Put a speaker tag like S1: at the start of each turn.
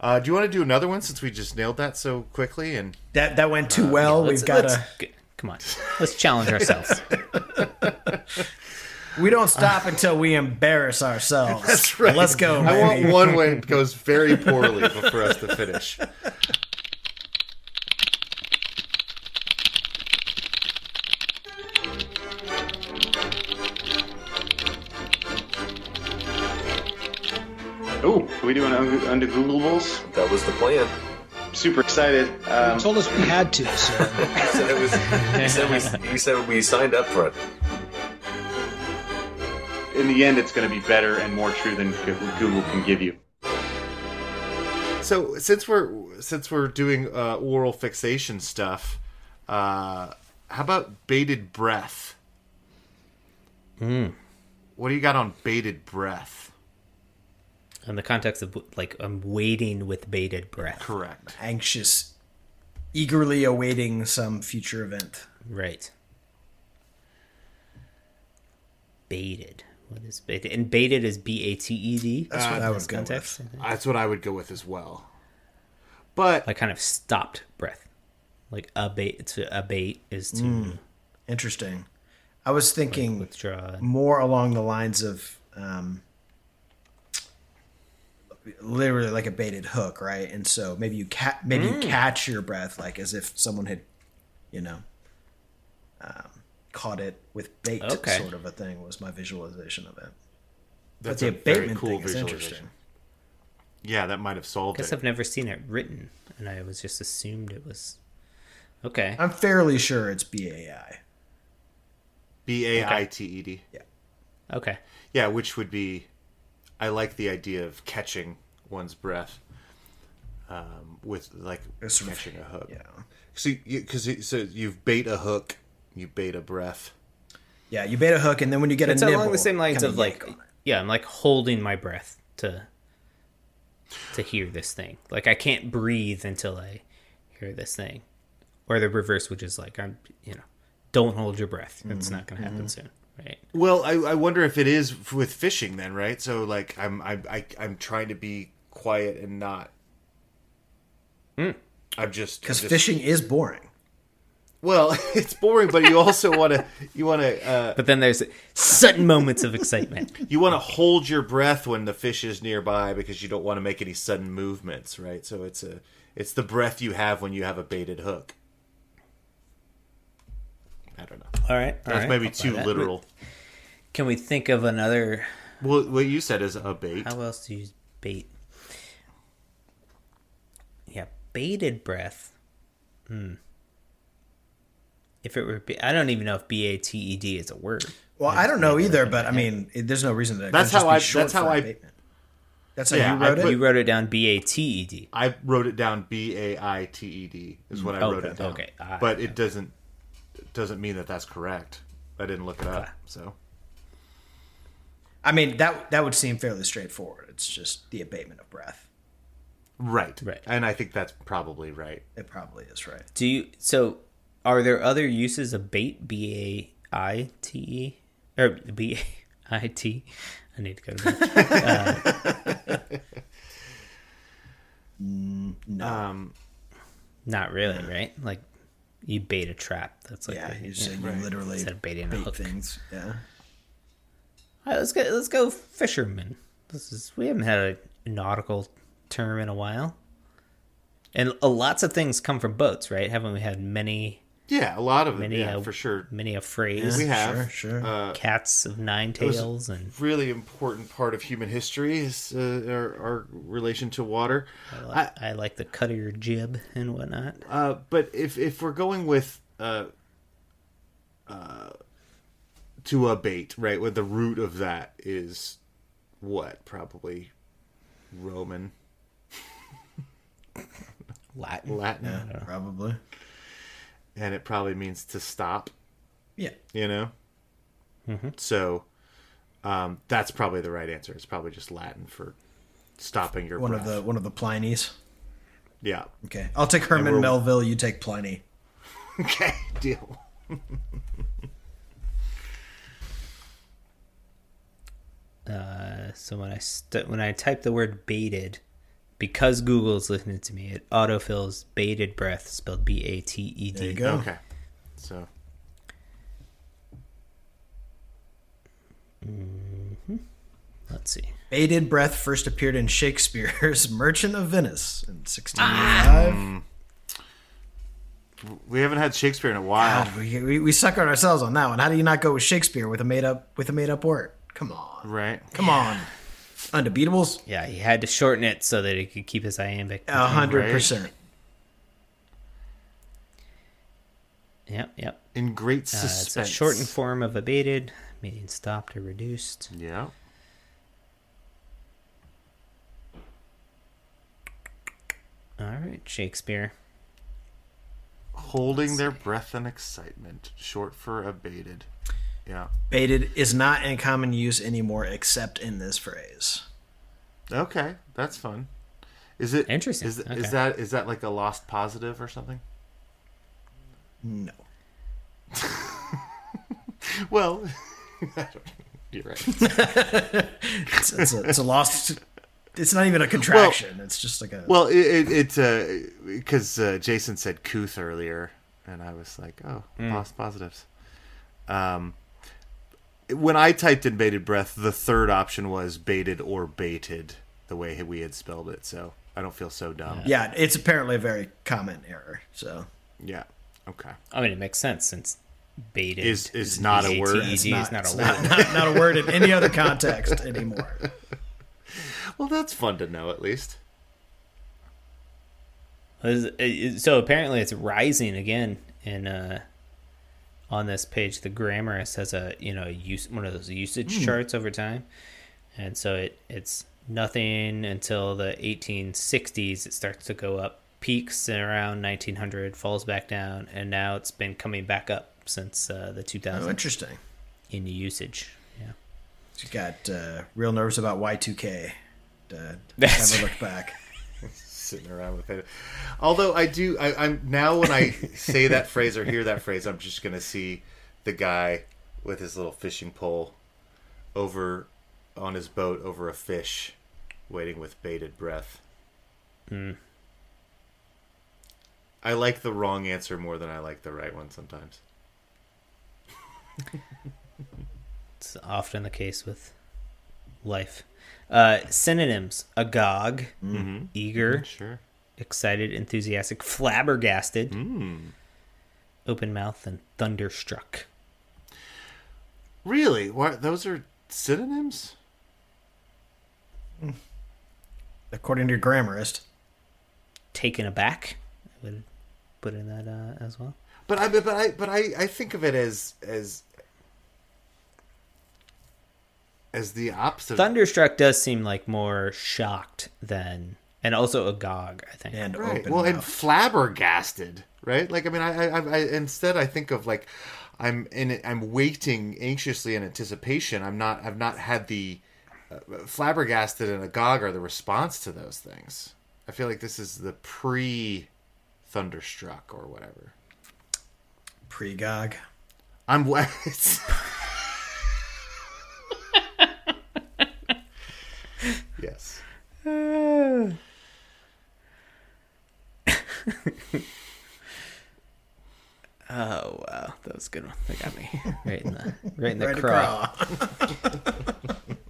S1: Uh, do you want to do another one since we just nailed that so quickly? And
S2: That that went
S1: Uh,
S2: too well.
S3: Let's-
S2: We've got
S3: let's-
S2: to.
S3: g- Come on, let's challenge ourselves.
S2: We don't stop until we embarrass ourselves.
S1: That's right.
S2: Let's go.
S1: I want
S2: baby.
S1: one way it goes very poorly for us to finish.
S4: Oh, are we doing un- under Googleables?
S5: That was the plan.
S4: Super excited. Um,
S6: told us we had to. So
S5: He said it was. he said we. He said we signed up for it.
S4: in the end, it's going to be better and more true than Go- Google can give you.
S1: So since we're since we're doing uh, oral fixation stuff, uh, how about bated breath?
S2: Hmm.
S1: What do you got on bated breath?
S3: In the context of like, I'm waiting with bated breath.
S1: Correct.
S2: Anxious, eagerly awaiting some future event.
S3: Right. Baited. What is baited? And baited is B A T E D. That's
S2: what I would go with.
S1: That's what I would go with as well. But
S3: Like kind of stopped breath. Like abate to abate is to
S2: Mm. Interesting. I was thinking
S3: withdraw.
S2: more along the lines of um, literally like a baited hook, right? And so maybe you ca- maybe
S1: Hmm.
S2: you catch your breath, like as if someone had, you know, um, caught it with bait,
S3: Okay.
S2: sort of a thing. Was my visualization of it.
S1: that's
S2: the
S1: a very
S2: abatement
S1: cool
S2: thing is
S1: visualization.
S2: interesting.
S1: Yeah, that might have
S3: I
S1: solved
S3: guess
S1: it.
S3: I've never seen it written, and I was just assumed it was. Okay.
S2: I'm fairly sure it's BAI.
S1: B a i t e d.
S3: Okay.
S1: Yeah, which would be, I like the idea of catching one's breath, um, with like
S2: It's sort of-
S1: catching a hook.
S2: Yeah.
S1: So, because you, so you've bait a hook, you bait a breath.
S2: Yeah, you bait a hook, and then when you get
S3: It's
S2: a nibble,
S3: along the same lines
S2: kinda
S3: of like,
S2: yank on it.
S3: yeah, I'm like holding my breath to to hear this thing. Like I can't breathe until I hear this thing, or the reverse, which is like I'm, you know, don't hold your breath. That's not going to happen soon, right?
S1: Well, I, I wonder if it is f- with fishing then, right? So like I'm I, I I'm trying to be quiet and not. I'm just
S2: because
S1: I'm just-
S2: fishing is boring.
S1: Well, it's boring, but you also want to you want to uh,
S3: But then there's sudden moments of excitement.
S1: you want to hold your breath when the fish is nearby because you don't want to make any sudden movements, right? So it's a it's the breath you have when you have a baited hook. I don't know.
S3: All right, all
S1: That's
S3: right,
S1: maybe
S3: I'll buy
S1: too
S3: that.
S1: literal.
S3: Can we think of another?
S1: Well, what you said is a bait.
S3: How else do you use bait? Yeah, baited breath. Hmm. If it were, ba- I don't even know if B A T E D is a word.
S2: Well, I don't know either, but I mean, it, there's no reason that it
S1: That's
S2: couldn't
S1: how I-
S2: just be short
S1: that's how
S2: for
S1: I-
S2: abatement. That's how
S1: Yeah,
S2: you
S1: I
S2: wrote
S1: put-
S2: it.
S3: You wrote it down B A T E D.
S1: I wrote it down B A I T E D is what I wrote it
S3: okay,
S1: down.
S3: okay. Ah,
S1: but it doesn't doesn't mean that that's correct. I didn't look it up. So
S2: I mean that that would seem fairly straightforward. It's just the abatement of breath.
S1: right,
S3: Right.
S1: and I think that's probably right.
S2: It probably is right.
S3: Do you? So, are there other uses of bait? B A I T E or B A I T? E? I need to go to bed.
S1: Um,
S3: Not really, right? Like you bait a trap. That's like
S2: Yeah,
S3: the-
S2: you just
S3: yeah.
S2: you literally
S3: Instead of baiting a
S2: bait
S3: hook.
S2: things. Yeah,
S3: All right, let's go. Let's go, fisherman. This is we haven't had a nautical term in a while, and uh, lots of things come from boats, right? Haven't we had many,
S1: yeah, a lot of them,
S3: many
S1: yeah,
S3: uh,
S1: for sure.
S3: many a phrase?
S1: we have
S2: sure, sure.
S1: Uh,
S3: Cats of nine
S1: was-
S3: tails and
S1: really important part of human history is uh, our, our relation to water. I,
S3: I, like the cut of your jib and whatnot.
S1: Uh, but if if we're going with uh, uh, to abate, right? What the root of that is, what probably Roman
S3: Latin.
S1: Latin,
S2: probably.
S1: and it probably means to stop.
S2: Yeah,
S1: You know, so um, that's probably the right answer. It's probably just Latin for stopping your
S2: one
S1: breath.
S2: of the one of the Pliny's.
S1: yeah.
S2: Okay, I'll take Herman Melville. You take Pliny.
S1: Okay. Deal.
S3: Uh, So when I st- when I type the word baited, because Google is listening to me, it autofills bated breath spelled B A T E
S2: There you
S3: D.
S2: go.
S1: Okay. So
S3: Let's see.
S2: Bated breath first appeared in Shakespeare's Merchant of Venice in 1685.
S3: Ah.
S1: we haven't had Shakespeare in a while.
S2: God, we, we, we suck on ourselves on that one. How do you not go with Shakespeare with a made up with a made up word? Come on,
S1: Right.
S2: come on, undebeatables,
S3: Yeah, he had to shorten it so that he could keep his iambic.
S2: a hundred
S1: Right.
S2: percent.
S3: Yep, yep.
S1: In great
S3: Uh, it's
S1: suspense.
S3: a shortened form of abated, meaning stopped or reduced.
S1: Yeah.
S3: All right, Shakespeare.
S1: Holding their breath and excitement. Short for abated. Yeah.
S2: Baited is not in common use anymore, except in this phrase.
S1: Okay, that's fun. Is it
S3: Interesting,
S1: Is,
S3: okay.
S1: is that is that like a lost positive or something?
S2: No,
S1: Well, I don't- you're right.
S2: it's, it's, a, it's a lost. It's not even a contraction. it's just like a.
S1: Well, it, it, it uh, because uh, Jason said couth earlier, and I was like, oh, lost positives. Um, when I typed in bated breath, the third option was baited or baited, the way we had spelled it. So I don't feel so dumb. Yeah.
S2: yeah, it's apparently a very common error. So
S1: Okay.
S3: I mean, it makes sense since baited
S1: Is- is not a word.
S3: B-A-T-E-D,
S1: It's
S3: is E not,
S2: it's
S3: a word.
S2: not, not a word in any other context anymore.
S1: Well, that's fun to know at least.
S3: Is- is- So apparently, it's rising again in uh, on this page. The grammarist has a you know a use one of those usage charts over time, and so it it's nothing until the 1860s. It starts to go up, peaks around 1900, falls back down, and now it's been coming back up since uh, the 2000s
S2: Oh, interesting.
S3: in usage. Yeah,
S2: She got uh, real nervous about Y2K. Uh,
S3: That's
S2: never looked back.
S1: sitting around with it. Although I do, I, I'm now when I say that phrase or hear that phrase, I'm just gonna see the guy with his little fishing pole over on his boat over a fish, waiting with bated breath. I like the wrong answer more than I like the right one sometimes.
S3: it's often the case with life. Uh, synonyms: agog, eager.
S1: Sure.
S3: excited, enthusiastic, flabbergasted, open mouth, and thunderstruck.
S1: Really? What? Those are synonyms?
S2: According to your grammarist,
S3: Taken aback, I would put in that uh, as well.
S1: But I but I but I, I think of it as as as the opposite.
S3: Thunderstruck does seem like more shocked than, and also agog. I think.
S2: and
S1: right.
S2: open
S1: Well, and
S2: mouth.
S1: flabbergasted, right? Like I mean, I, I, I, I instead I think of like I'm in I'm waiting anxiously in anticipation. I'm not I've not had the uh, flabbergasted and agog are the response to those things. I feel like this is the pre thunderstruck or whatever.
S2: Pregog.
S1: I'm wa- it's yes.
S3: Oh wow, that was a good one. That got me right in the right in the
S2: Right
S3: craw.
S2: across.